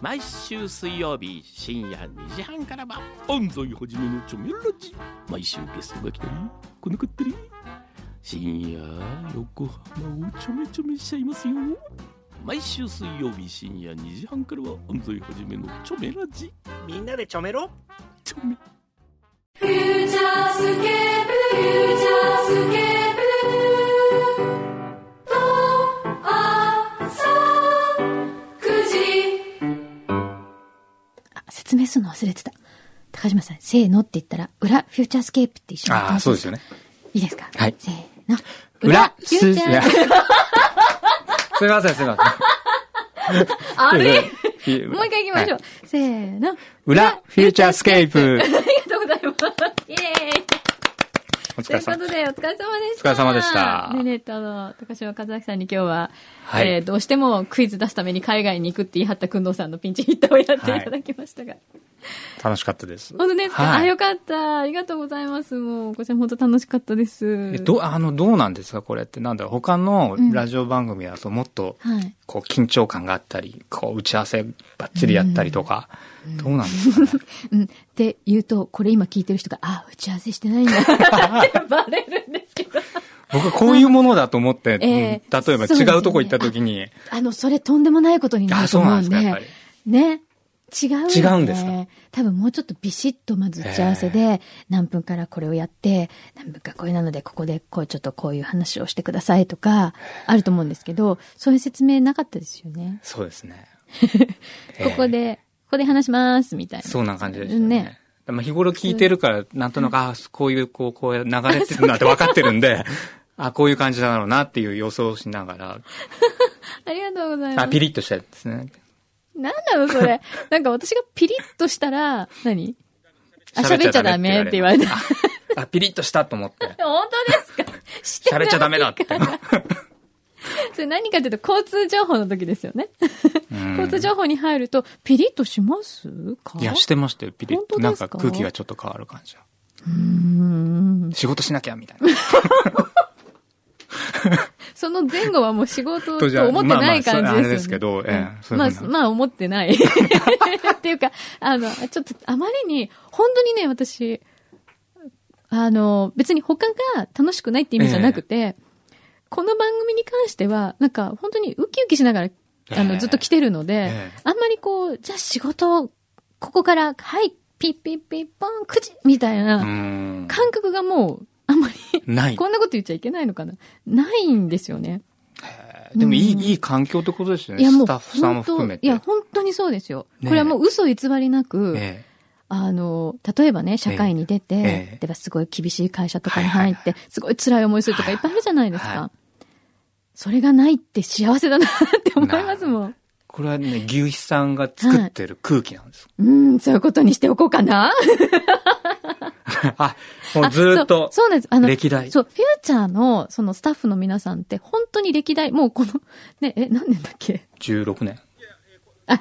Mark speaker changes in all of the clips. Speaker 1: 毎週水曜日深夜2時半からは安西はじめのチョメラジ毎週ゲストが来たり来なかったり深夜横浜をちょめちょめしちゃいますよ毎週水曜日深夜2時半からは安西はじめのチョメラジ
Speaker 2: みんなでちょめろ
Speaker 1: チョメ
Speaker 3: フューチャースケープフューチャースケープと朝9時
Speaker 4: あ説明するの忘れてた。高島さん、せーのって言ったら、裏、フューチャースケープって一緒に言って
Speaker 5: あ
Speaker 4: ほ
Speaker 5: あ、
Speaker 4: しい
Speaker 5: そうですよね。
Speaker 4: いいですか
Speaker 5: はい
Speaker 4: せーの。
Speaker 5: 裏、
Speaker 4: フューチャ
Speaker 5: いや
Speaker 4: ー。
Speaker 5: すみません、すみま
Speaker 4: あ
Speaker 5: せん。
Speaker 4: れ
Speaker 5: いや
Speaker 4: もう一回行きましょう。
Speaker 5: はい
Speaker 4: せーの。
Speaker 5: 裏、フューチャースケープ。
Speaker 4: ありがとうございます。イエーイ
Speaker 5: お疲
Speaker 4: という
Speaker 5: れ
Speaker 4: こ
Speaker 5: 様
Speaker 4: と。で、お疲れ様でした。
Speaker 5: お疲れ様でした
Speaker 4: ねねと、あの、高島和明さんに今日は、
Speaker 5: はい
Speaker 4: えーどうしてもクイズ出すために海外に行くって言い張ったくんどうさんのピンチヒッターをやっていただきましたが。
Speaker 5: 楽しかったです。
Speaker 4: 本当ですか、
Speaker 5: はい
Speaker 4: あ、よかった。ありがとうございます。もう、こちら本当楽しかったです。
Speaker 5: え、ど、あの、どうなんですかこれって。なんだろう他のラジオ番組だともっと、
Speaker 4: はい。
Speaker 5: こう、緊張感があったり、こう、打ち合わせばっちりやったりとか、どうなんです かね。
Speaker 4: うん。って言うと、これ今聞いてる人が、あ、打ち合わせしてないんだ。って バレるんですけど。
Speaker 5: 僕はこういうものだと思って、うん
Speaker 4: ええ
Speaker 5: 例えば
Speaker 4: そうですよね
Speaker 5: 違うとこ行った時に、
Speaker 4: あの、それとんでもないことにな
Speaker 5: あ、
Speaker 4: ると
Speaker 5: そうな
Speaker 4: 思
Speaker 5: ん
Speaker 4: う
Speaker 5: で
Speaker 4: ん
Speaker 5: す
Speaker 4: で。
Speaker 5: か、やっぱり。
Speaker 4: ね。違うよ、ね。
Speaker 5: 違うんですか
Speaker 4: 多分もうちょっとビシッとまず打ち合わせで、何分からこれをやって、何分かこれなので、ここでこうちょっとこういう話をしてくださいとか、あると思うんですけど、そういう説明なかったですよね。
Speaker 5: そうですね。ええ
Speaker 4: ここで、ここで話します、みたいな。
Speaker 5: そんな感じでしたよ
Speaker 4: ね
Speaker 5: ね。まあ日頃聞いてるから、なんとなく、あこういう、こう、こう流れてるなって分かってるん で、あこういう感じだろうなっていう予想をしなが
Speaker 4: ありがとうござい
Speaker 5: ら、
Speaker 4: ま
Speaker 5: あ、
Speaker 4: す。
Speaker 5: ピリッとしたやつですね。
Speaker 4: なんなのそ れ。なんか私がピリッとしたら、何あ、喋っちゃダメって言われた。
Speaker 5: あ、ピリッとしたと思って。
Speaker 4: 本当ですか
Speaker 5: 喋っちゃダメだって。
Speaker 4: それ何かっていうと、交通情報の時ですよね。
Speaker 5: うん
Speaker 4: 交通情報に入ると、ピリッとしますか
Speaker 5: いや、してましたよ、ピリッ
Speaker 4: 本当
Speaker 5: と。
Speaker 4: ですか
Speaker 5: なんか空気がちょっと変わる感じは
Speaker 4: うん
Speaker 5: 仕事しなきゃ、みたいな。
Speaker 4: その前後はもう仕事
Speaker 5: とじゃあ
Speaker 4: と思ってない
Speaker 5: まあ
Speaker 4: 感
Speaker 5: ま
Speaker 4: じ
Speaker 5: あそれあれ
Speaker 4: で
Speaker 5: ですす
Speaker 4: よ
Speaker 5: け
Speaker 4: ね。
Speaker 5: どええそうい
Speaker 4: ま
Speaker 5: う
Speaker 4: あ
Speaker 5: ふう、な
Speaker 4: まあ思ってない。っていうか、あの、ちょっとあまりに、本当にね、私、あの、別に他が楽しくないって意味じゃなくて、この番組に関しては、なんか本当にウキウキしながら、あの、
Speaker 5: ええ
Speaker 4: ずっと来てるので、
Speaker 5: ええ
Speaker 4: あんまりこう、じゃあ仕事、ここから、はい、ピッピッピッポン、9時みたいうな、
Speaker 5: ん。
Speaker 4: 感覚がもう、あんまり、
Speaker 5: ない。
Speaker 4: こんなこと言っちゃいけないのかなないんですよね。
Speaker 5: でもいい、
Speaker 4: うん
Speaker 5: いい環境ってことですよ
Speaker 4: い
Speaker 5: ね。
Speaker 4: やもう、
Speaker 5: スタッフさんも含めて。
Speaker 4: いや、本当にそうですよ。
Speaker 5: ねえ
Speaker 4: これはもう嘘偽りなく、
Speaker 5: え
Speaker 4: あの、例えばね、社会に出て、
Speaker 5: ええ
Speaker 4: ではすごい厳しい会社とかに入って、すごい辛い思いするとかいっぱいあるじゃないですか。
Speaker 5: はいはい
Speaker 4: それがないって幸せだなって思いますもん。
Speaker 5: えこれはね、牛肥さんが作ってる空気なんです。
Speaker 4: うん、そういうことにしておこうかな。
Speaker 5: あ、もうずーっ
Speaker 4: あ
Speaker 5: と、
Speaker 4: そうそうなんです。あの、
Speaker 5: 歴代。
Speaker 4: そう、フューチャーの、そのスタッフの皆さんって、本当に歴代、もうこの、ね、え、何年だっけ
Speaker 5: 16年。
Speaker 4: ク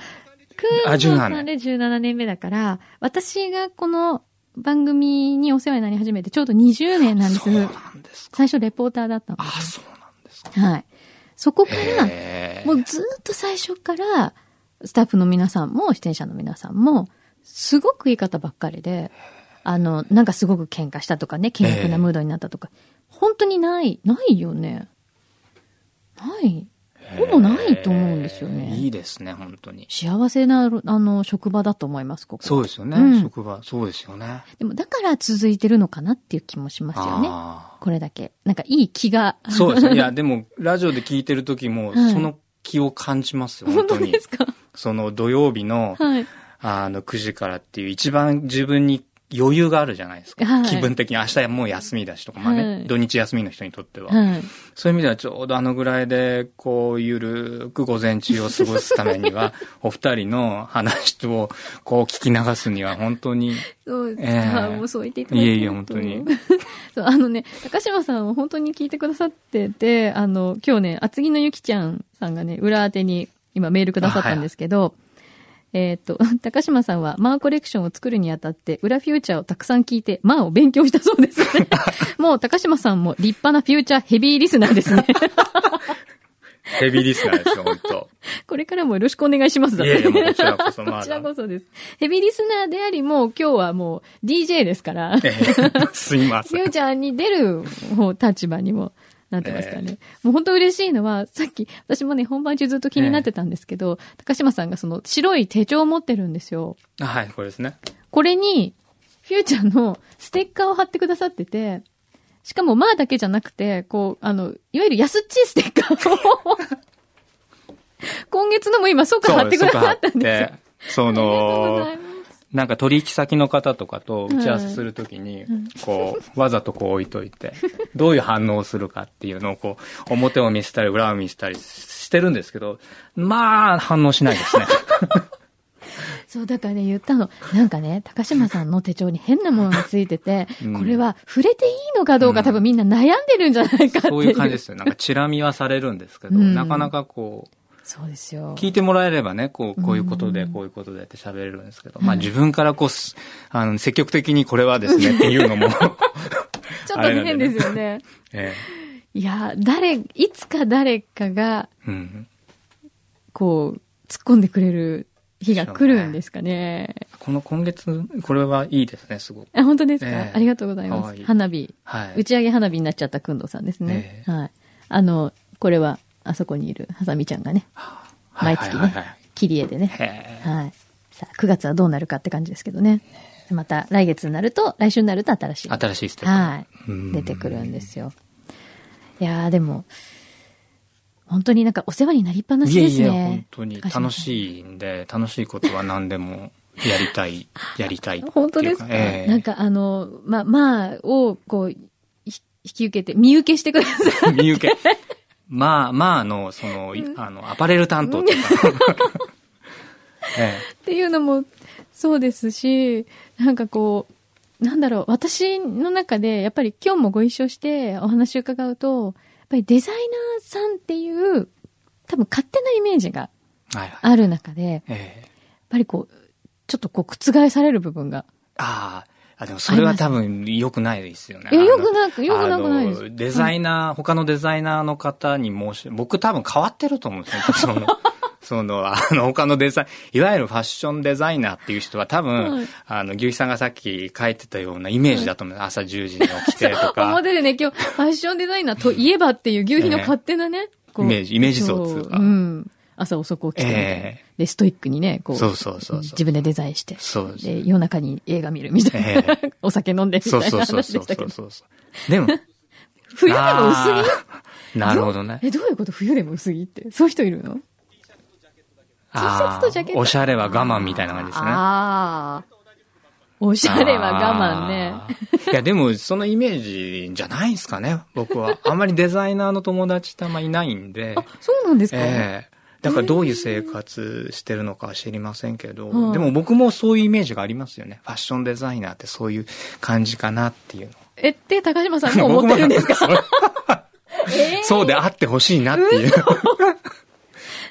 Speaker 5: あ
Speaker 4: ー
Speaker 5: 17
Speaker 4: さんで17年目だから、私がこの番組にお世話になり始めてちょうど20年なんで
Speaker 5: そう
Speaker 4: す。
Speaker 5: なんですか。
Speaker 4: 最初レポーターだったの。
Speaker 5: あ、そうなんですか。
Speaker 4: はい。そこから、
Speaker 5: へえ
Speaker 4: もうずっと最初から、スタッフの皆さんも、出演者の皆さんも、すごくいい方ばっかりで、あの、なんかすごく喧嘩したとかね、険悪なムードになったとか、本当にない、ないよね。ない。ほぼないと思うんですよね。
Speaker 5: いいですね、本当に。
Speaker 4: 幸せな、あの、職場だと思います、ここ。
Speaker 5: そうですよね、
Speaker 4: うん
Speaker 5: 職場。そうですよね。
Speaker 4: でも、だから続いてるのかなっていう気もしますよね。
Speaker 5: あ
Speaker 4: これだけ。なんか、いい気が。
Speaker 5: あ。そ うですね。いや、でも、ラジオで聞いてる時も、
Speaker 4: はい
Speaker 5: その気を感じますよ、
Speaker 4: 本
Speaker 5: 本
Speaker 4: 当
Speaker 5: 当に
Speaker 4: で。すか
Speaker 5: その土曜日の、
Speaker 4: はい。
Speaker 5: あの、9時からっていう、一番自分に余裕があるじゃないですか。
Speaker 4: はい
Speaker 5: 気分的に明日もう休みだしとか、まあね、
Speaker 4: はい
Speaker 5: 土日休みの人にとっては。
Speaker 4: はい。
Speaker 5: そういう意味ではちょうどあのぐらいで、こう、ゆるく午前中を過ごすため には、お二人の話を、こう、聞き流すには本当に、
Speaker 4: そうですか。
Speaker 5: ええ
Speaker 4: もうそう言っていただ
Speaker 5: い
Speaker 4: いて。
Speaker 5: えいえ、本当に。。
Speaker 4: そう、あのね、高島さんは本当に聞いてくださってて、あの、今日ね、厚木のゆきちゃんさんがね、裏宛てに今メールくださったんですけど、えーっと、 高島さんはマーコレクションを作るにあたって、裏フューチャーをたくさん聞いて、マーを勉強したそうです。 もう高島さんも立派なフューチャーヘビーリスナーですね。
Speaker 5: ヘビーリスナーですよ、本 当。
Speaker 4: これからもよろしくお願いしますだ
Speaker 5: い
Speaker 4: っ
Speaker 5: や
Speaker 4: て
Speaker 5: いや、もうこちらこそ、ま
Speaker 4: こちら
Speaker 5: だ
Speaker 4: こそです。ヘビーリスナーであり、もう今日はもう DJ ですから、
Speaker 5: えーすいませ
Speaker 4: ゆ
Speaker 5: ん
Speaker 4: う。ちゃんに出る方立場にもなってますからね。もう本当嬉しいのは、さっき、私もね、本番中ずっと気になってたんですけど、高島さんがその白い手帳を持ってるんですよ。
Speaker 5: あはい、これですね。
Speaker 4: これに、フューちゃんのステッカーを貼ってくださってて、しかも、まあだけじゃなくて、こう、あの、いわゆる安っちいステッカーを、 今月のも今、そうか貼ってくださったんですよ。
Speaker 5: すそ
Speaker 4: ありがとうご
Speaker 5: の
Speaker 4: ざい、ます。
Speaker 5: なんか取引先の方とかと打ち合わせするときに、こう、わざとこう置いといて、どういう反応をするかっていうのをこう、表を見せたり裏を見せたりしてるんですけど、まあ、反応しないで すね。
Speaker 4: そう、だからね、言ったの。なんかね、高島さんの手帳に変なものがついてて、
Speaker 5: うん
Speaker 4: これは触れていいのかどうか、
Speaker 5: うん
Speaker 4: 多分みんな悩んでるんじゃないかっていう。
Speaker 5: そういう感じですよ。なんか、チラ見はされるんですけど、
Speaker 4: うん
Speaker 5: なかなかこう、
Speaker 4: そうですよ。
Speaker 5: 聞いてもらえればね、こう、こういうこと
Speaker 4: う
Speaker 5: で、
Speaker 4: ん
Speaker 5: こういうことでって喋れるんですけど、まあ自分からこうす、あの、積極的にこれはですねっていうのも、
Speaker 4: ち ょっと変ですよね。
Speaker 5: え
Speaker 4: いや、誰、いつか誰かが、
Speaker 5: えうん。
Speaker 4: こう、突っ込んでくれる日が来るんですかね。
Speaker 5: この今月、これはいいですね、すごく。
Speaker 4: あ本当ですか、
Speaker 5: ええ
Speaker 4: ありがとうござい
Speaker 5: か
Speaker 4: ま
Speaker 5: わ
Speaker 4: す。
Speaker 5: いい
Speaker 4: 花火、
Speaker 5: はい。
Speaker 4: 打ち上げ花火になっちゃったくんどうさんですね。はい。あの、これは、あそこにいる、はさみちゃんがね、
Speaker 5: はい
Speaker 4: 毎月ね
Speaker 5: はいはいはい
Speaker 4: 切り絵でね、
Speaker 5: へえ
Speaker 4: はい。さあ、9月はどうなるかって感じですけどね。また来月になると、来週になると新しい。
Speaker 5: 新しいステップ。
Speaker 4: は
Speaker 5: う
Speaker 4: い。
Speaker 5: ん
Speaker 4: 出てくるんですよ。いやー、でも、本当になんかお世話になりっぱなし
Speaker 5: いえ
Speaker 4: です
Speaker 5: い
Speaker 4: ね。
Speaker 5: え、本当に楽
Speaker 4: い。
Speaker 5: しいんで、楽しいことは何でもやり たい、やりたいっていう。
Speaker 4: 本当ですか、
Speaker 5: ええ
Speaker 4: なんかあの、ま、まあを、こう、ひ引き受けて、見受けしてください。
Speaker 5: 見受け。 まあ、まあの、その、いあの、アパレル担当とか。 え
Speaker 4: っていうのもそうですし、なんかこう、なんだろう、私の中で、やっぱり今日もご一緒してお話を伺うと、やっぱりデザイナーさんっていう、多分勝手なイメージが
Speaker 5: えはいはい。
Speaker 4: ある中で、やっ
Speaker 5: ええ
Speaker 4: ぱりこう、ちょっとこう、覆される部分が。
Speaker 5: ああ。あ、でもそれは多分良くないですよね。
Speaker 4: いや、
Speaker 5: あの
Speaker 4: よくなく、よくなくないで
Speaker 5: あの
Speaker 4: す。
Speaker 5: デザイナー、他のデザイナーの方に申し、僕多分変わってると思うんですよ。そ の、その、あの、他のデザイン、いわゆるファッションデザイナーっていう人は多分、
Speaker 4: はい
Speaker 5: あの、牛肥さんがさっき書いてたようなイメージだと思う。朝10時に起きて とか、
Speaker 4: 表でね、今日、ファッションデザイナーといえばっていう、牛皮の
Speaker 5: ええ
Speaker 4: 勝手なね、こう
Speaker 5: イメージイメージ像っていうか
Speaker 4: そううん。朝遅く起きてみたいな、
Speaker 5: ええ
Speaker 4: で、ストイックにね、こう、
Speaker 5: そうそうそうそう
Speaker 4: 自分でデザインして、
Speaker 5: そうです
Speaker 4: で夜中に映画見るみたいな、
Speaker 5: え
Speaker 4: お酒飲んでみた
Speaker 5: そう
Speaker 4: い
Speaker 5: そ
Speaker 4: な
Speaker 5: うそう
Speaker 4: 話
Speaker 5: そ
Speaker 4: で
Speaker 5: う
Speaker 4: した
Speaker 5: そ
Speaker 4: け
Speaker 5: う
Speaker 4: ど、
Speaker 5: そうそ う。でも、
Speaker 4: 冬でも薄
Speaker 5: あ
Speaker 4: 着
Speaker 5: ーなるほどね。
Speaker 4: え、どういうこと冬でも薄着って。そういう人いるのシャツとジャケット
Speaker 5: あーおしゃれは我慢みたいな感じですね。
Speaker 4: ああ。おしゃれは我慢ね。
Speaker 5: あー。いや、でも、そのイメージじゃないですかね、僕は。あんまりデザイナーの友達ってあんまいないんで
Speaker 4: あ、。そうなんですか、
Speaker 5: ええだからどういう生活してるのかは知りませんけど、
Speaker 4: うん
Speaker 5: でも僕もそういうイメージがありますよね。ファッションデザイナーってそういう感じかなっていう
Speaker 4: えって、高島さん
Speaker 5: の。
Speaker 4: も思ってるん ですか
Speaker 5: かそうであってほしいなっていう。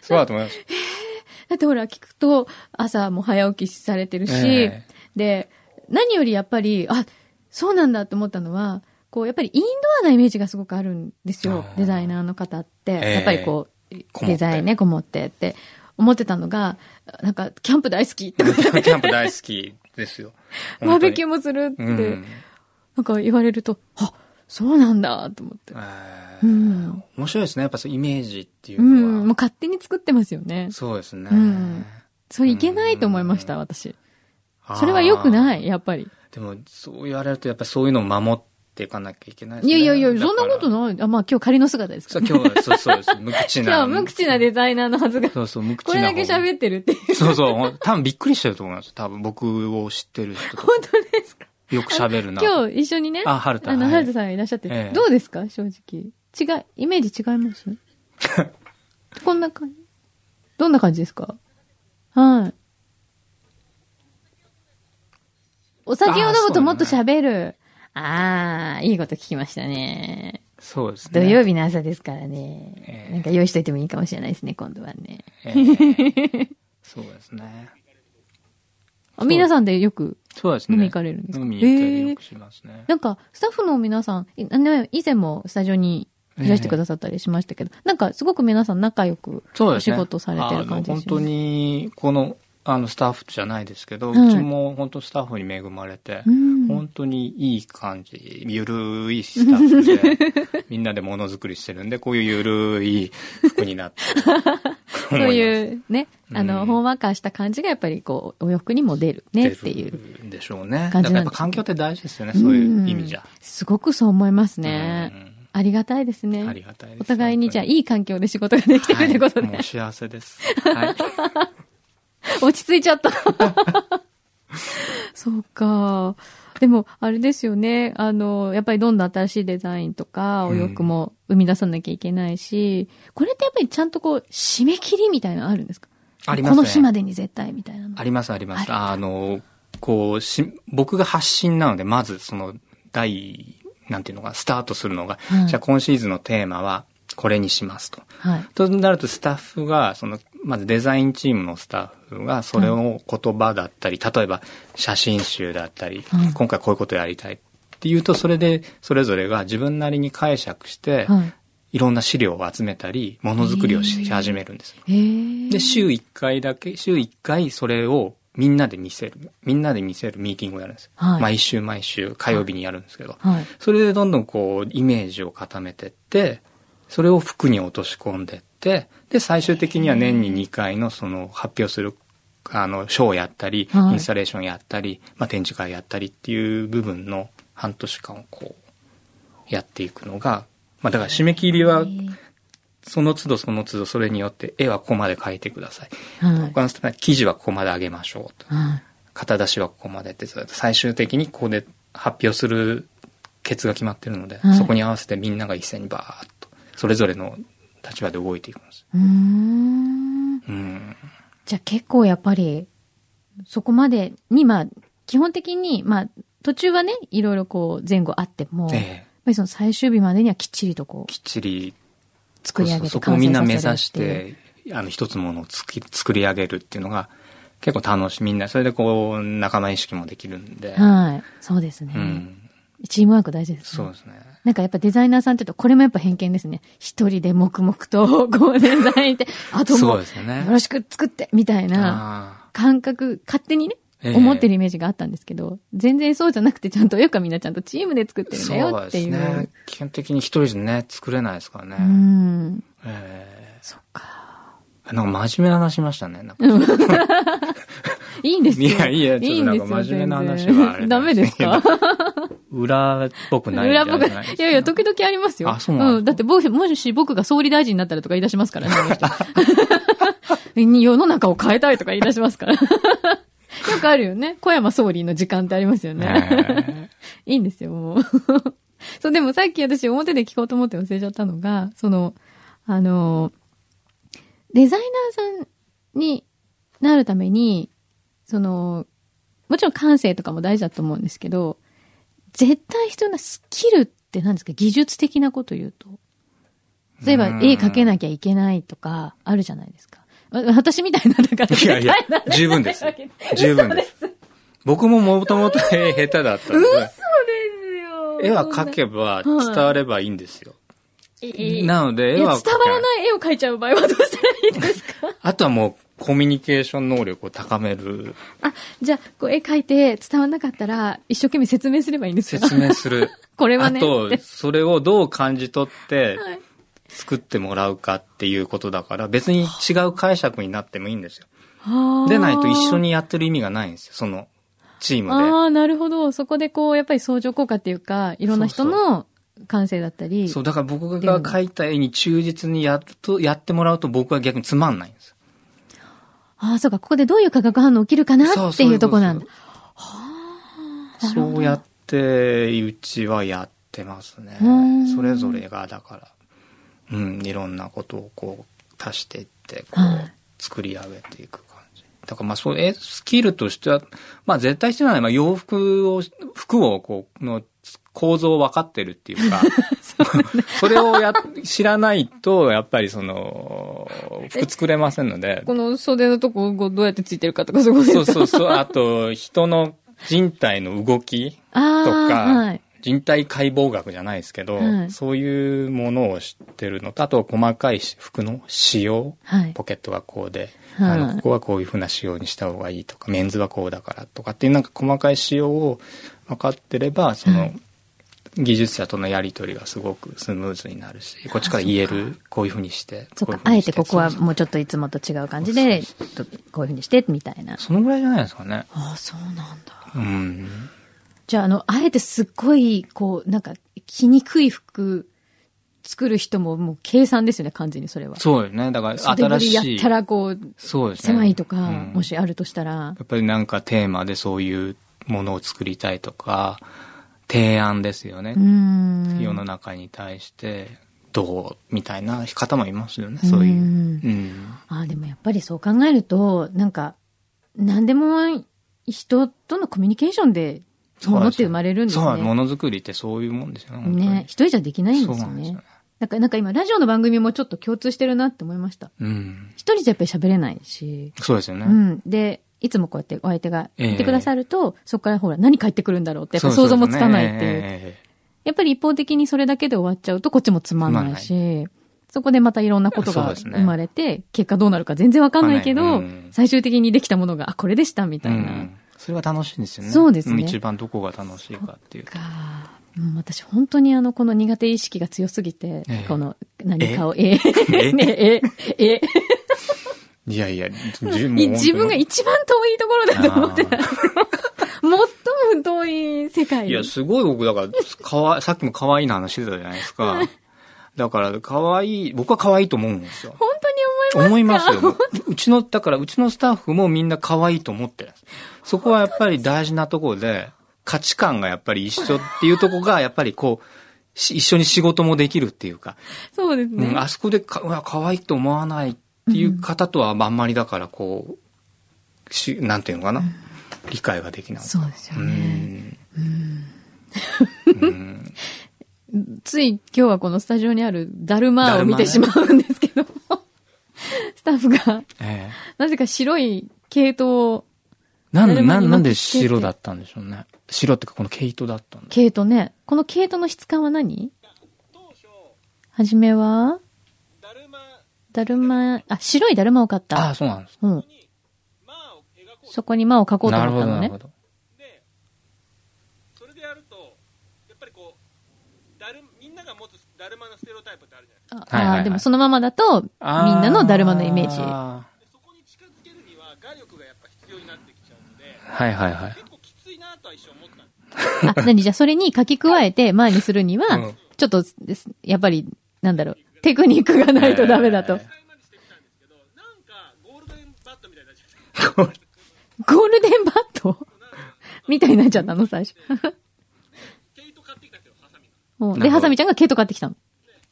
Speaker 5: そうだと思います。
Speaker 4: だってほら、聞くと、朝も早起きされてるし、
Speaker 5: え
Speaker 4: で、何よりやっぱり、あ、そうなんだと思ったのは、こう、やっぱりインドアなイメージがすごくあるんですよ
Speaker 5: あ。ー
Speaker 4: デザイナーの方って。
Speaker 5: ええ
Speaker 4: やっぱりこう、
Speaker 5: こもって
Speaker 4: デザインね、こもってって思ってたのが、なんか、キャンプ大好き とか、
Speaker 5: キャンプ大好きですよ。
Speaker 4: バーベキュー
Speaker 5: ー
Speaker 4: もするって、
Speaker 5: うん。
Speaker 4: なんか言われると、あ、そうなんだと思って。
Speaker 5: え
Speaker 4: う
Speaker 5: え
Speaker 4: ん。
Speaker 5: 面白いですね。やっぱそうイメージっていううのは。
Speaker 4: ん、もう勝手に作ってますよね。
Speaker 5: そうですね。
Speaker 4: うんそれいけないと思いました、
Speaker 5: う
Speaker 4: 私。それは良くない、。やっぱり。
Speaker 5: でも、そう言われると、やっぱりそういうのを守っていかなきゃいけないです
Speaker 4: い
Speaker 5: ね。
Speaker 4: やいやいや、そんなこと
Speaker 5: い。
Speaker 4: ない。あ、まあ今日仮の姿です
Speaker 5: そ
Speaker 4: か
Speaker 5: う、今日は、そうそうです。無口
Speaker 4: ら。
Speaker 5: な。
Speaker 4: 今日無口なデザイナーのはずが、
Speaker 5: そうそう、無口な。
Speaker 4: これだけ喋ってるっていう。
Speaker 5: て。そうそう。多分びっくりしてると思います。多分僕を知ってる人とか
Speaker 4: 本当ですか
Speaker 5: よく喋るな。
Speaker 4: 今日一緒にね、
Speaker 5: あ、はるた。
Speaker 4: あの、
Speaker 5: はい
Speaker 4: はるさんがいらっしゃって、
Speaker 5: ええ
Speaker 4: どうですか正直。違い、イメージ違います こんな感じ。どんな感じですかはい。お酒を飲むともっと喋る。ああー、いいこと聞きましたね。
Speaker 5: そうです
Speaker 4: 土
Speaker 5: ね。
Speaker 4: 曜日の朝ですからね。
Speaker 5: ええ
Speaker 4: なんか用意しといてもいいかもしれないですね、今度はね。
Speaker 5: えーそうですね。
Speaker 4: あ皆さんでよく
Speaker 5: そうですね。
Speaker 4: 飲み行かれるんですか、
Speaker 5: 飲み行ったり
Speaker 4: え
Speaker 5: よ
Speaker 4: ー
Speaker 5: くしますね。
Speaker 4: なんか、スタッフの皆さん、いね以前もスタジオにいらしてくださったりしましたけど、なんかすごく皆さん仲良く
Speaker 5: そう
Speaker 4: お
Speaker 5: です
Speaker 4: 仕
Speaker 5: ね。
Speaker 4: 事されてる感じ
Speaker 5: あ
Speaker 4: で
Speaker 5: の
Speaker 4: す
Speaker 5: 本当に、この、あの、スタッフじゃないですけど、
Speaker 4: はいう
Speaker 5: ちも本当スタッフに恵まれて、
Speaker 4: うん
Speaker 5: 本当にいい感じ、ゆるいスタッ フで、みんなでものづくりしてるんで、こういうゆるい服になって、
Speaker 4: そ
Speaker 5: 思
Speaker 4: う
Speaker 5: い
Speaker 4: いうね、あ
Speaker 5: う
Speaker 4: の、
Speaker 5: ん
Speaker 4: ほんわかした感じがやっぱりこう、お洋服にも出る
Speaker 5: ま
Speaker 4: ねっ
Speaker 5: す
Speaker 4: ていう。
Speaker 5: 出るんでしょうね。
Speaker 4: 感
Speaker 5: だ
Speaker 4: じなんです
Speaker 5: からやっぱ環境って大事ですよね、そういう意味じ
Speaker 4: ん
Speaker 5: ゃ。
Speaker 4: すごくそう思いますね。
Speaker 5: うん
Speaker 4: ありがたいですね。
Speaker 5: ありがたいです。
Speaker 4: お互いにじゃあ
Speaker 5: い
Speaker 4: いい環境で仕事ができてるってことで、
Speaker 5: もう幸せです。 はい。
Speaker 4: 落ち着いちゃった。 そうか。でも、あれですよね。あの、やっぱりどんどん新しいデザインとか、お洋服も生み出さなきゃいけないし、これってやっぱりちゃんとこう、締め切りみたいなのあるんですか
Speaker 5: ありますね。
Speaker 4: この日までに絶対みたいなの。
Speaker 5: ありますあります。
Speaker 4: あるんだ
Speaker 5: あの、こうし、僕が発信なので、まずその、第、なんていうのか、スタートするのが、
Speaker 4: うん
Speaker 5: じゃあ今シーズンのテーマは、これにしますと。
Speaker 4: はい。
Speaker 5: となると、スタッフが、その、まずデザインチームのスタッフが、それを言葉だったり、例えば写真集だったり、
Speaker 4: うん
Speaker 5: 今回こういうことやりたいっていうと、それで、それぞれが自分なりに解釈して、
Speaker 4: はい。
Speaker 5: いろんな資料を集めたり、ものづくりをし始めるんです。
Speaker 4: えー、
Speaker 5: で、週1回だけ、週1回それをみんなで見せる。みんなで見せるミーティングをやるんです。
Speaker 4: はい
Speaker 5: 毎週毎週火曜日にやるんですけど。
Speaker 4: はい。
Speaker 5: それでどんどんこう、イメージを固めてって、それを服に落とし込んでって、で、最終的には年に2回のその発表する、あの、ショーをやったり、
Speaker 4: はい
Speaker 5: インスタレーションやったり、まあ、展示会やったりっていう部分の半年間をこう、やっていくのが、まあ、だから締め切りはその都度その都度それによって絵はここまで描いてください。
Speaker 4: はい。
Speaker 5: 他の人は記事はここまで上げましょうと。
Speaker 4: はい。
Speaker 5: 肩出しはここまでってずっと最終的にここで発表するケツが決まってるので、
Speaker 4: はい
Speaker 5: そこに合わせてみんなが一斉にバーッと、それぞれの立場で動いていくんです。
Speaker 4: うーん。
Speaker 5: うん。
Speaker 4: じゃあ結構やっぱり、そこまでに、まあ、基本的に、まあ、途中はね、いろいろこう前後あっても、やっ
Speaker 5: ええ
Speaker 4: ぱりその最終日までにはきっちりとこう
Speaker 5: きっちり、
Speaker 4: 作り上げ
Speaker 5: そ
Speaker 4: て
Speaker 5: うそこを
Speaker 4: 完
Speaker 5: み
Speaker 4: 成
Speaker 5: んな
Speaker 4: さ
Speaker 5: 目
Speaker 4: せるっていう。
Speaker 5: 指して、あの、一つものをつき作り上げるっていうのが結構楽しい。みんな、それでこう、仲間意識もできるんで。
Speaker 4: はい。そうですね。
Speaker 5: うん。
Speaker 4: チームワーク大事です、ね。
Speaker 5: そうですね。
Speaker 4: なんかやっぱデザイナーさんって言うと、これもやっぱ偏見ですね。一人で黙々と、 こうデザインって、あと
Speaker 5: そ
Speaker 4: も
Speaker 5: う
Speaker 4: う、よ
Speaker 5: ですよね。
Speaker 4: ろしく作って、みたいな。
Speaker 5: ああ。
Speaker 4: 感覚、勝手にね、
Speaker 5: ええ
Speaker 4: 思ってるイメージがあったんですけど、全然そうじゃなくて、ちゃんと、よくみんなちゃんとチームで作ってるんだよっていう。
Speaker 5: そうですね。基本的に一人じゃね、作れないですからね。
Speaker 4: うん。
Speaker 5: え
Speaker 4: そっか。
Speaker 5: ーなんか真面目な話しましたね。なんか
Speaker 4: いいんですよ。
Speaker 5: いやいやち
Speaker 4: んで
Speaker 5: ょっと
Speaker 4: すよ
Speaker 5: なんか真面目な話
Speaker 4: 全然
Speaker 5: はあれ
Speaker 4: ダメですか
Speaker 5: 裏っぽくないんじ
Speaker 4: 裏
Speaker 5: ゃ
Speaker 4: っぽ
Speaker 5: な
Speaker 4: く。
Speaker 5: い
Speaker 4: い
Speaker 5: ですか。
Speaker 4: やいや、時々ありますよ。
Speaker 5: あそうなんですか
Speaker 4: ん。だって僕、もし僕が総理大臣になったらとか言い出します からね。あの人世の中を変えたいとか言い出しますから。 よくあるよね。小山総理の時間ってありますよね。
Speaker 5: ね
Speaker 4: いいんですよ、もう。 そう、でもさっき私表で聞こうと思って忘れちゃったのが、その、あの、デザイナーさんになるために、その、もちろん感性とかも大事だと思うんですけど、絶対必要なスキルって何ですか技術的なこと言うと。例えば
Speaker 5: う、ん
Speaker 4: 絵描けなきゃいけないとか、あるじゃないですか。わ私みたいな、だから、
Speaker 5: いやいや
Speaker 4: みたな、ね
Speaker 5: 十分です
Speaker 4: わけで。
Speaker 5: 十分です。僕ももともと 絵下手だったの
Speaker 4: そうです
Speaker 5: で、絵
Speaker 4: よ。
Speaker 5: は描けば伝わればいいんですよ。
Speaker 4: いい
Speaker 5: なので、
Speaker 4: い
Speaker 5: 絵
Speaker 4: や
Speaker 5: は
Speaker 4: 伝わらない絵を描いちゃう場合はどうしたらいいですか
Speaker 5: あとはもう、コミュニケーション能力を高める、
Speaker 4: あ、じゃあ、こう絵描いて伝わらなかったら、一生懸命説明すればいいんですよ。
Speaker 5: 説明する。
Speaker 4: これは
Speaker 5: あ
Speaker 4: ね。っ
Speaker 5: と
Speaker 4: て、
Speaker 5: それをどう感じ取って
Speaker 4: はい、
Speaker 5: 作ってもらうかっていうことだから、別に違う解釈になってもいいんですよ。でないと一緒
Speaker 4: に。
Speaker 5: にやってる意味がないんですよ、そのチーム
Speaker 4: ああ、なるほど。そこでこう、やっぱり相乗効果っていうか、いろんな人の感性だった
Speaker 5: で。
Speaker 4: り。
Speaker 5: そう、だから僕が描いた絵に忠実にやっと、やってもらうと僕は逆につまんないんですよ。
Speaker 4: ああ、そうか。ここでどういう化学反応起きるかな
Speaker 5: そ
Speaker 4: っていうとこなんだ。。
Speaker 5: そうそうそうやって、うちはやってますね
Speaker 4: うん。
Speaker 5: それぞれが、だから、うん、いろんなことをこう、足していって、こ
Speaker 4: は
Speaker 5: う、作り上げていく感じ。だからまあそう、え、スキルとしては、まあ絶対必要なのは、まあ洋服を、服をこう、の構造を分かってるっていうか、 それをや、知らないと、やっぱりその、服作れませんので、
Speaker 4: この袖のとこ、こうどうやってついてるかとか、そこ
Speaker 5: そうそうそう。あと、人の人体の動き
Speaker 4: あ
Speaker 5: と
Speaker 4: あ、
Speaker 5: か、
Speaker 4: はい。
Speaker 5: 人体解剖学じゃないですけど、
Speaker 4: はい
Speaker 5: そういうものを知ってるのと、あと細かいし服の仕様、
Speaker 4: はい
Speaker 5: ポケットがこうで、
Speaker 4: はい
Speaker 5: あの、ここはこういうふうな仕様にした方がいいとか、メンズはこうだからとかっていうなんか細かい仕様を分かってれば、その、
Speaker 4: はい
Speaker 5: 技術者とのやり取りがすごくスムーズになるし、こっちから言える、こういうふうにして、
Speaker 4: そうか
Speaker 5: こ、う
Speaker 4: あ
Speaker 5: いうふうに
Speaker 4: え
Speaker 5: して
Speaker 4: ここは
Speaker 5: そう
Speaker 4: もうちょっといつもと違う感じで、とこういうふうにして、みたいな。
Speaker 5: そのぐらいじゃないですかね。
Speaker 4: ああ、そうなんだ。
Speaker 5: うん。
Speaker 4: じゃあ、あの、あえてすっごい、こう、なんか、着にくい服作る人ももう計算ですよね、完全にそれは。
Speaker 5: そうよね。だから
Speaker 4: 袖ぶ
Speaker 5: 新
Speaker 4: り
Speaker 5: しい。
Speaker 4: やったら、こう、
Speaker 5: そうですね。
Speaker 4: 狭いとか、
Speaker 5: うん
Speaker 4: もしあるとしたら、
Speaker 5: やっぱりなんかテーマでそういうものを作りたいとか、提案ですよね。
Speaker 4: うーん。
Speaker 5: 世の中に対して、どうみたいな方もいますよね、そういう。
Speaker 4: うん
Speaker 5: うん。
Speaker 4: ああ、でもやっぱりそう考えると、なんか、何でも人とのコミュニケーションで、ものって生まれるんですね。
Speaker 5: そう、ものづくりってそういうもんですよね、本当に
Speaker 4: ね、一人じゃできないんです
Speaker 5: そ
Speaker 4: よ
Speaker 5: うなんですよ
Speaker 4: ね
Speaker 5: ね。
Speaker 4: なんか、なんか今、ラジオの番組もちょっと共通してるなって思いました。
Speaker 5: うん。
Speaker 4: 一人じゃやっぱり喋れないし、
Speaker 5: そうですよね。
Speaker 4: うん。で、いつもこうやってお相手が
Speaker 5: ええ
Speaker 4: いてくださると、そこからほら、何返ってくるんだろうって、やっ
Speaker 5: そ
Speaker 4: ぱ
Speaker 5: う
Speaker 4: 想像もつかないって
Speaker 5: そう
Speaker 4: い
Speaker 5: で
Speaker 4: う
Speaker 5: すねえええ
Speaker 4: やっぱり一方的にそれだけで終わっちゃうと、こっちもつまんないし、そこでまたいろんなこと
Speaker 5: そう
Speaker 4: が
Speaker 5: ですね
Speaker 4: 生まれて、結果どうなるか全然わかんないけど、
Speaker 5: わかんないうん
Speaker 4: 最終的にできたものが、あ、これでした、み
Speaker 5: え
Speaker 4: たいな。
Speaker 5: うんそれが楽しいんですよね。
Speaker 4: そうですね
Speaker 5: ん一番どこが楽しいかっていう。
Speaker 4: かもう私本当にあの、この苦手意識が強すぎて、
Speaker 5: ええ
Speaker 4: この、何かを、え え、
Speaker 5: え
Speaker 4: ねえ、え、え、
Speaker 5: いやいや、 自分
Speaker 4: 自分が一番遠いところだと思ってた。最も遠い世界
Speaker 5: いや、すごい僕、だから、かわい、さっきも可愛いの話してたじゃないで すか。だから、可愛い、僕は可愛いと思うんですよ。
Speaker 4: 本当に
Speaker 5: 思
Speaker 4: 思
Speaker 5: い
Speaker 4: い
Speaker 5: ま
Speaker 4: ます
Speaker 5: す
Speaker 4: か
Speaker 5: よ。もううちの、だから、うちのスタッフもみんな可愛いと思ってるんです。そこはやっぱり大事なところで、価値観がやっぱり一緒っていうとこが、やっぱりこう、し一緒に仕事もできるっていうか、
Speaker 4: そうです
Speaker 5: う
Speaker 4: ね。
Speaker 5: ん、あそこでか、うわ、可愛いと思わないっていう方とは、あんまりだから、こう、し、なんていうのかな、理解ができない。
Speaker 4: そうですよ
Speaker 5: う
Speaker 4: ね。
Speaker 5: ん。うん
Speaker 4: つい今日はこのスタジオにあるだるまを見てしまうんです けども、スタッフが、
Speaker 5: ええ。
Speaker 4: なぜか白い系統を、
Speaker 5: なんで、
Speaker 4: だるま
Speaker 5: な
Speaker 4: に
Speaker 5: んなんで
Speaker 4: 巻きつけて
Speaker 5: 白だったんでしょうね。白ってかこの毛糸だったんだ。
Speaker 4: 系統ね、この系統の質感は何はじめはだるま、あ、白いだるまを買っ
Speaker 5: あ
Speaker 4: た。
Speaker 5: あ、そうなんです。
Speaker 4: うん。そこに魔を描こうと
Speaker 5: なる
Speaker 4: 思っ
Speaker 5: ほ
Speaker 4: た
Speaker 5: ど、
Speaker 4: の
Speaker 5: なる
Speaker 4: ね
Speaker 5: ほ。ど。
Speaker 2: でそれでやるとやっぱりこうだるみんなが持つだるまのステレオタイプってあるじゃないですか
Speaker 4: あ
Speaker 5: はいはいはい
Speaker 4: あ、でもそのままだと、みん
Speaker 5: あー
Speaker 4: なのだるまのイメージ。
Speaker 5: は
Speaker 2: でそこに近づけるには画力がやっぱ必要になってきちゃうので
Speaker 5: いはいはい。
Speaker 2: 結構きついなとは一瞬思ったんです
Speaker 4: あ、何じゃあそれに書き加えて前にするに
Speaker 5: う
Speaker 4: は
Speaker 5: ん、
Speaker 4: ちょっとです、やっぱり、なんだろう、テクニックがないとダメだと
Speaker 5: え。
Speaker 2: 前までしてきたんですけどなんかゴールデンバットみたいになっちゃって
Speaker 4: ゴールデンバッ トみたいになっちゃったの、最初。
Speaker 2: 毛糸買ってきたんですよハサミが
Speaker 4: うん
Speaker 5: なる
Speaker 4: で、
Speaker 5: ほど
Speaker 4: ハサミちゃんが毛糸買ってきたの。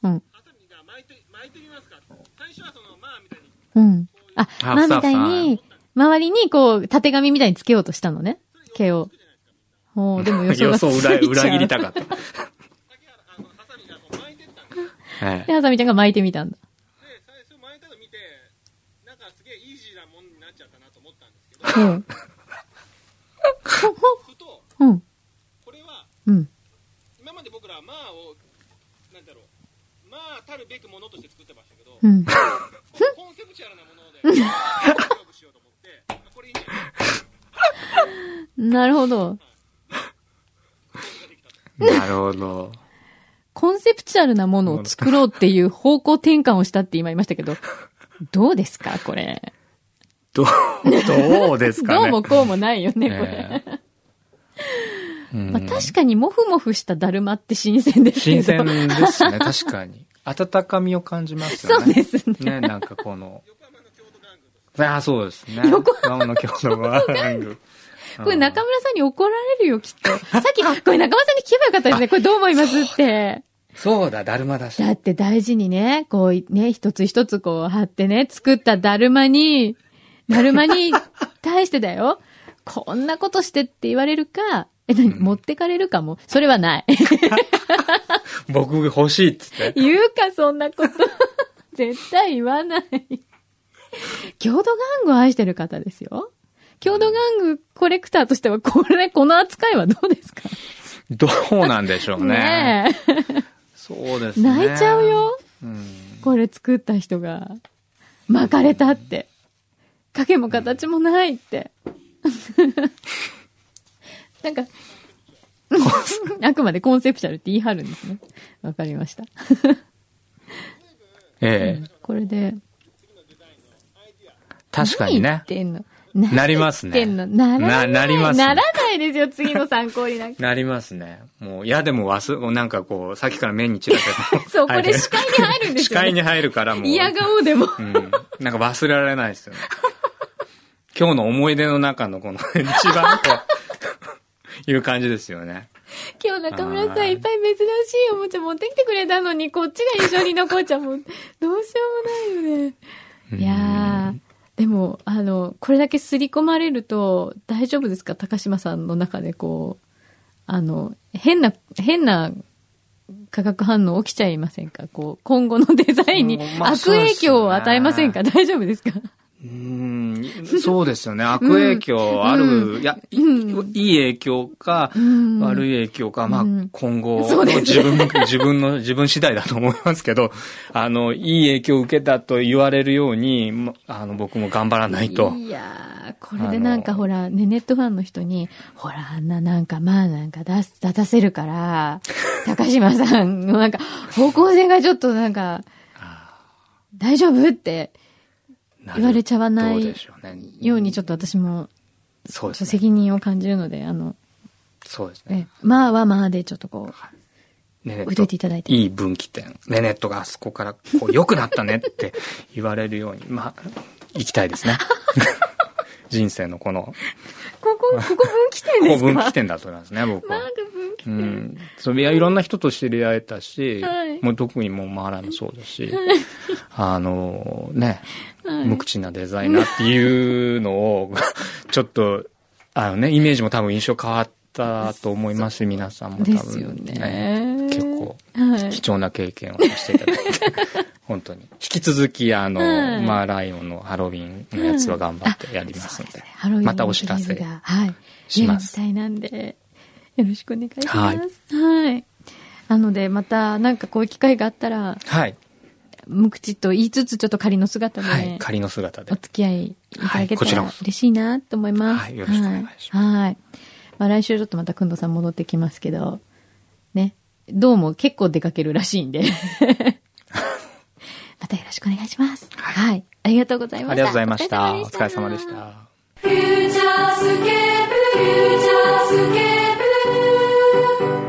Speaker 4: うん。
Speaker 2: ハサミが巻いて巻いてみますかって最初はそのまあみたいに
Speaker 4: うん。あ、
Speaker 5: あ
Speaker 4: まあ
Speaker 5: ス
Speaker 4: み
Speaker 5: タッフ
Speaker 4: た
Speaker 5: さ
Speaker 4: い
Speaker 5: ん
Speaker 4: に、周りにこう、縦紙みたいにつけようとしたのね。毛を。おーでも予想
Speaker 5: 予
Speaker 4: がつ
Speaker 5: 想裏、
Speaker 4: いちゃう。
Speaker 5: 裏切りたかった。
Speaker 2: 竹原あのハサミがこう巻いてったんですよ
Speaker 5: え
Speaker 4: で、ハサミちゃんが巻いてみたんだ。
Speaker 2: で最初巻いたの見てなんかすげえイージーなもんになっちゃったなと思ったんですけど
Speaker 4: うん。
Speaker 2: ふと
Speaker 4: うん。
Speaker 2: これは
Speaker 4: うん。
Speaker 2: 今まで僕らはまあをなんだろうまあたるべくものとして作ってましたけど、
Speaker 4: うん。
Speaker 2: コンセプチュアルなもの で勝負しようと思ってあこれいいんじゃない
Speaker 4: なるほど。
Speaker 5: えなるほど。
Speaker 4: コンセプチュアルなものを作ろうっていう方向転換をしたって今言いましたけ ど、どうですかこれ。
Speaker 5: どう、どうですかね。
Speaker 4: どうもこうもないよね、これ。
Speaker 5: ええうん
Speaker 4: まあ、確かにもふもふしただるまって新鮮ですけど。
Speaker 5: 新鮮ですね、確かに。温かみを感じますよ
Speaker 4: そう
Speaker 5: ね。
Speaker 4: ですね。
Speaker 5: ね、なんかこの。ああ、そうですね。
Speaker 4: 横
Speaker 5: 浜の京都ガング。
Speaker 4: これ中村さんに怒られるよ、きっ と。さっき、これ中村さんに聞けばよかったですね。これどう思いますって。
Speaker 5: そうだ、だるまだし。
Speaker 4: だって大事にね、こう、ね、一つ一つこう貼ってね、作っただるまに、だるまに対してだよ。こんなことしてって言われるか、え、何、持ってかれるかも。それはない。
Speaker 5: 僕欲しいっつって。
Speaker 4: 言うか、そんなこと。 絶対言わない。郷土玩具を愛してる方ですよ。郷土玩具コレクターとしては、これ、この扱いはどうですか
Speaker 5: どうなんでしょうね。
Speaker 4: ねえ。
Speaker 5: そうですね。
Speaker 4: 泣いちゃうよ。
Speaker 5: うん。
Speaker 4: これ作った人が。巻かれたって。影も形もないって。 なんか、 あくまでコンセプシャルって言い張るんですね。わかりました。
Speaker 5: ええ
Speaker 4: これで、
Speaker 5: 確か
Speaker 4: 何
Speaker 5: に
Speaker 4: 言
Speaker 5: ね
Speaker 4: っ。てんの
Speaker 5: なりますね
Speaker 4: 何言ってんのならない。
Speaker 5: ななりますね
Speaker 4: ならないですよ、次の参考にな。
Speaker 5: なりますね。もう、いやでも忘れ、なんかこう、さっきから目にちらちら
Speaker 4: そう、これ視界に入るんです
Speaker 5: 視
Speaker 4: よ、ね。
Speaker 5: 界に入るからもう。
Speaker 4: 嫌顔でも。
Speaker 5: うん。なんか忘れられないですよね。今日の思い出の中のこ の一番こう、いう感じですよね。
Speaker 4: 今日中村さ
Speaker 5: あー
Speaker 4: んいっぱい珍しいおもちゃ持ってきてくれたのに、こっちが印象に残っちゃう。もう、どうしようもないよね。いやー、でも、あの、これだけ刷り込まれると、大丈夫ですか高島さんの中でこう、あの、変な、変な化学反応起きちゃいませんかこう、今後のデザインに
Speaker 5: うんまあ
Speaker 4: 悪影響を与えませんか、
Speaker 5: そう
Speaker 4: 大丈夫ですか
Speaker 5: うーん、そうですよね。悪影響ある、
Speaker 4: う
Speaker 5: いや、い
Speaker 4: うん
Speaker 5: いい影響か、
Speaker 4: うん
Speaker 5: 悪い影響か、まあ、
Speaker 4: うん
Speaker 5: 今後
Speaker 4: そ
Speaker 5: の
Speaker 4: うです
Speaker 5: 自分、自分の、自分次第だと思いますけど、あの、いい影響を受けたと言われるように、まあの、僕も頑張らないと。
Speaker 4: いやー、これでなんかほら、ね、ネットファンの人に、ほら、あんななんか、まあなんか出す、出たせる から、高島さんのなんか、方向性がちょっとなんか、大丈夫って言われちゃわな
Speaker 5: どう
Speaker 4: い
Speaker 5: でしょうね。
Speaker 4: ように、ちょっと私も、
Speaker 5: そうですね。
Speaker 4: 責任を感じるので、あの、
Speaker 5: そうですね
Speaker 4: え。まあはまあで、ちょっとこ
Speaker 5: ねね
Speaker 4: う、受けていただいて。
Speaker 5: いい分岐点。ねネットがあそこから、こう、良くなったねって 言われるように、まあ、行きたい ですね。人生のこの、
Speaker 4: ここ、ここ分岐点
Speaker 5: こ
Speaker 4: です
Speaker 5: う
Speaker 4: か
Speaker 5: 分岐 点だと思いますね、僕
Speaker 4: マー
Speaker 5: は。
Speaker 4: ク分岐
Speaker 5: う
Speaker 4: 点。
Speaker 5: ん。そういや、いろんな人と知り合えたし、
Speaker 4: はい
Speaker 5: もう特にもうマーラもそうですし、あの、ね、無口なデザイナーっていうの を、ちょっと、あのね、イメージも多分印象変わったと思いますし、皆さんも多分、
Speaker 4: ですよね
Speaker 5: 結構、
Speaker 4: はい
Speaker 5: 貴重な経験をしていただいて、本当に。引き続き、あの、
Speaker 4: はい
Speaker 5: まあ、ライオンのハロウィンのやつは頑張ってやります
Speaker 4: そう
Speaker 5: の
Speaker 4: です
Speaker 5: で、
Speaker 4: ね。ハロウィンの
Speaker 5: またお知ら
Speaker 4: シリ
Speaker 5: せ
Speaker 4: ーズ。がはい。
Speaker 5: します
Speaker 4: やるみたいなんで、よろしくお願いします。
Speaker 5: は
Speaker 4: はいい。なので、また、なんかこういう機会があったら、
Speaker 5: はい。
Speaker 4: 無口と言いつつ、ちょっと仮の姿で、
Speaker 5: はい。仮の姿で
Speaker 4: お。付き合いいただけ
Speaker 5: はいこ
Speaker 4: た
Speaker 5: ちら
Speaker 4: ら
Speaker 5: こそ
Speaker 4: 嬉しいなと思います。
Speaker 5: はいよろしくお願いし
Speaker 4: ます。はい。まあ来週ちょっとまたくんどさん戻ってきますけど、ね。どうも結構出かけるらしい んで。 またよろしくお願いします。はい。ありがとうござい
Speaker 5: あり
Speaker 4: ました。
Speaker 5: がとうございました。
Speaker 4: お
Speaker 5: お
Speaker 4: 疲
Speaker 5: 疲
Speaker 4: れ
Speaker 5: れ
Speaker 4: 様
Speaker 5: 様
Speaker 4: で
Speaker 5: で
Speaker 4: し。
Speaker 5: したた。
Speaker 3: フューチャースケープフューチャースケープ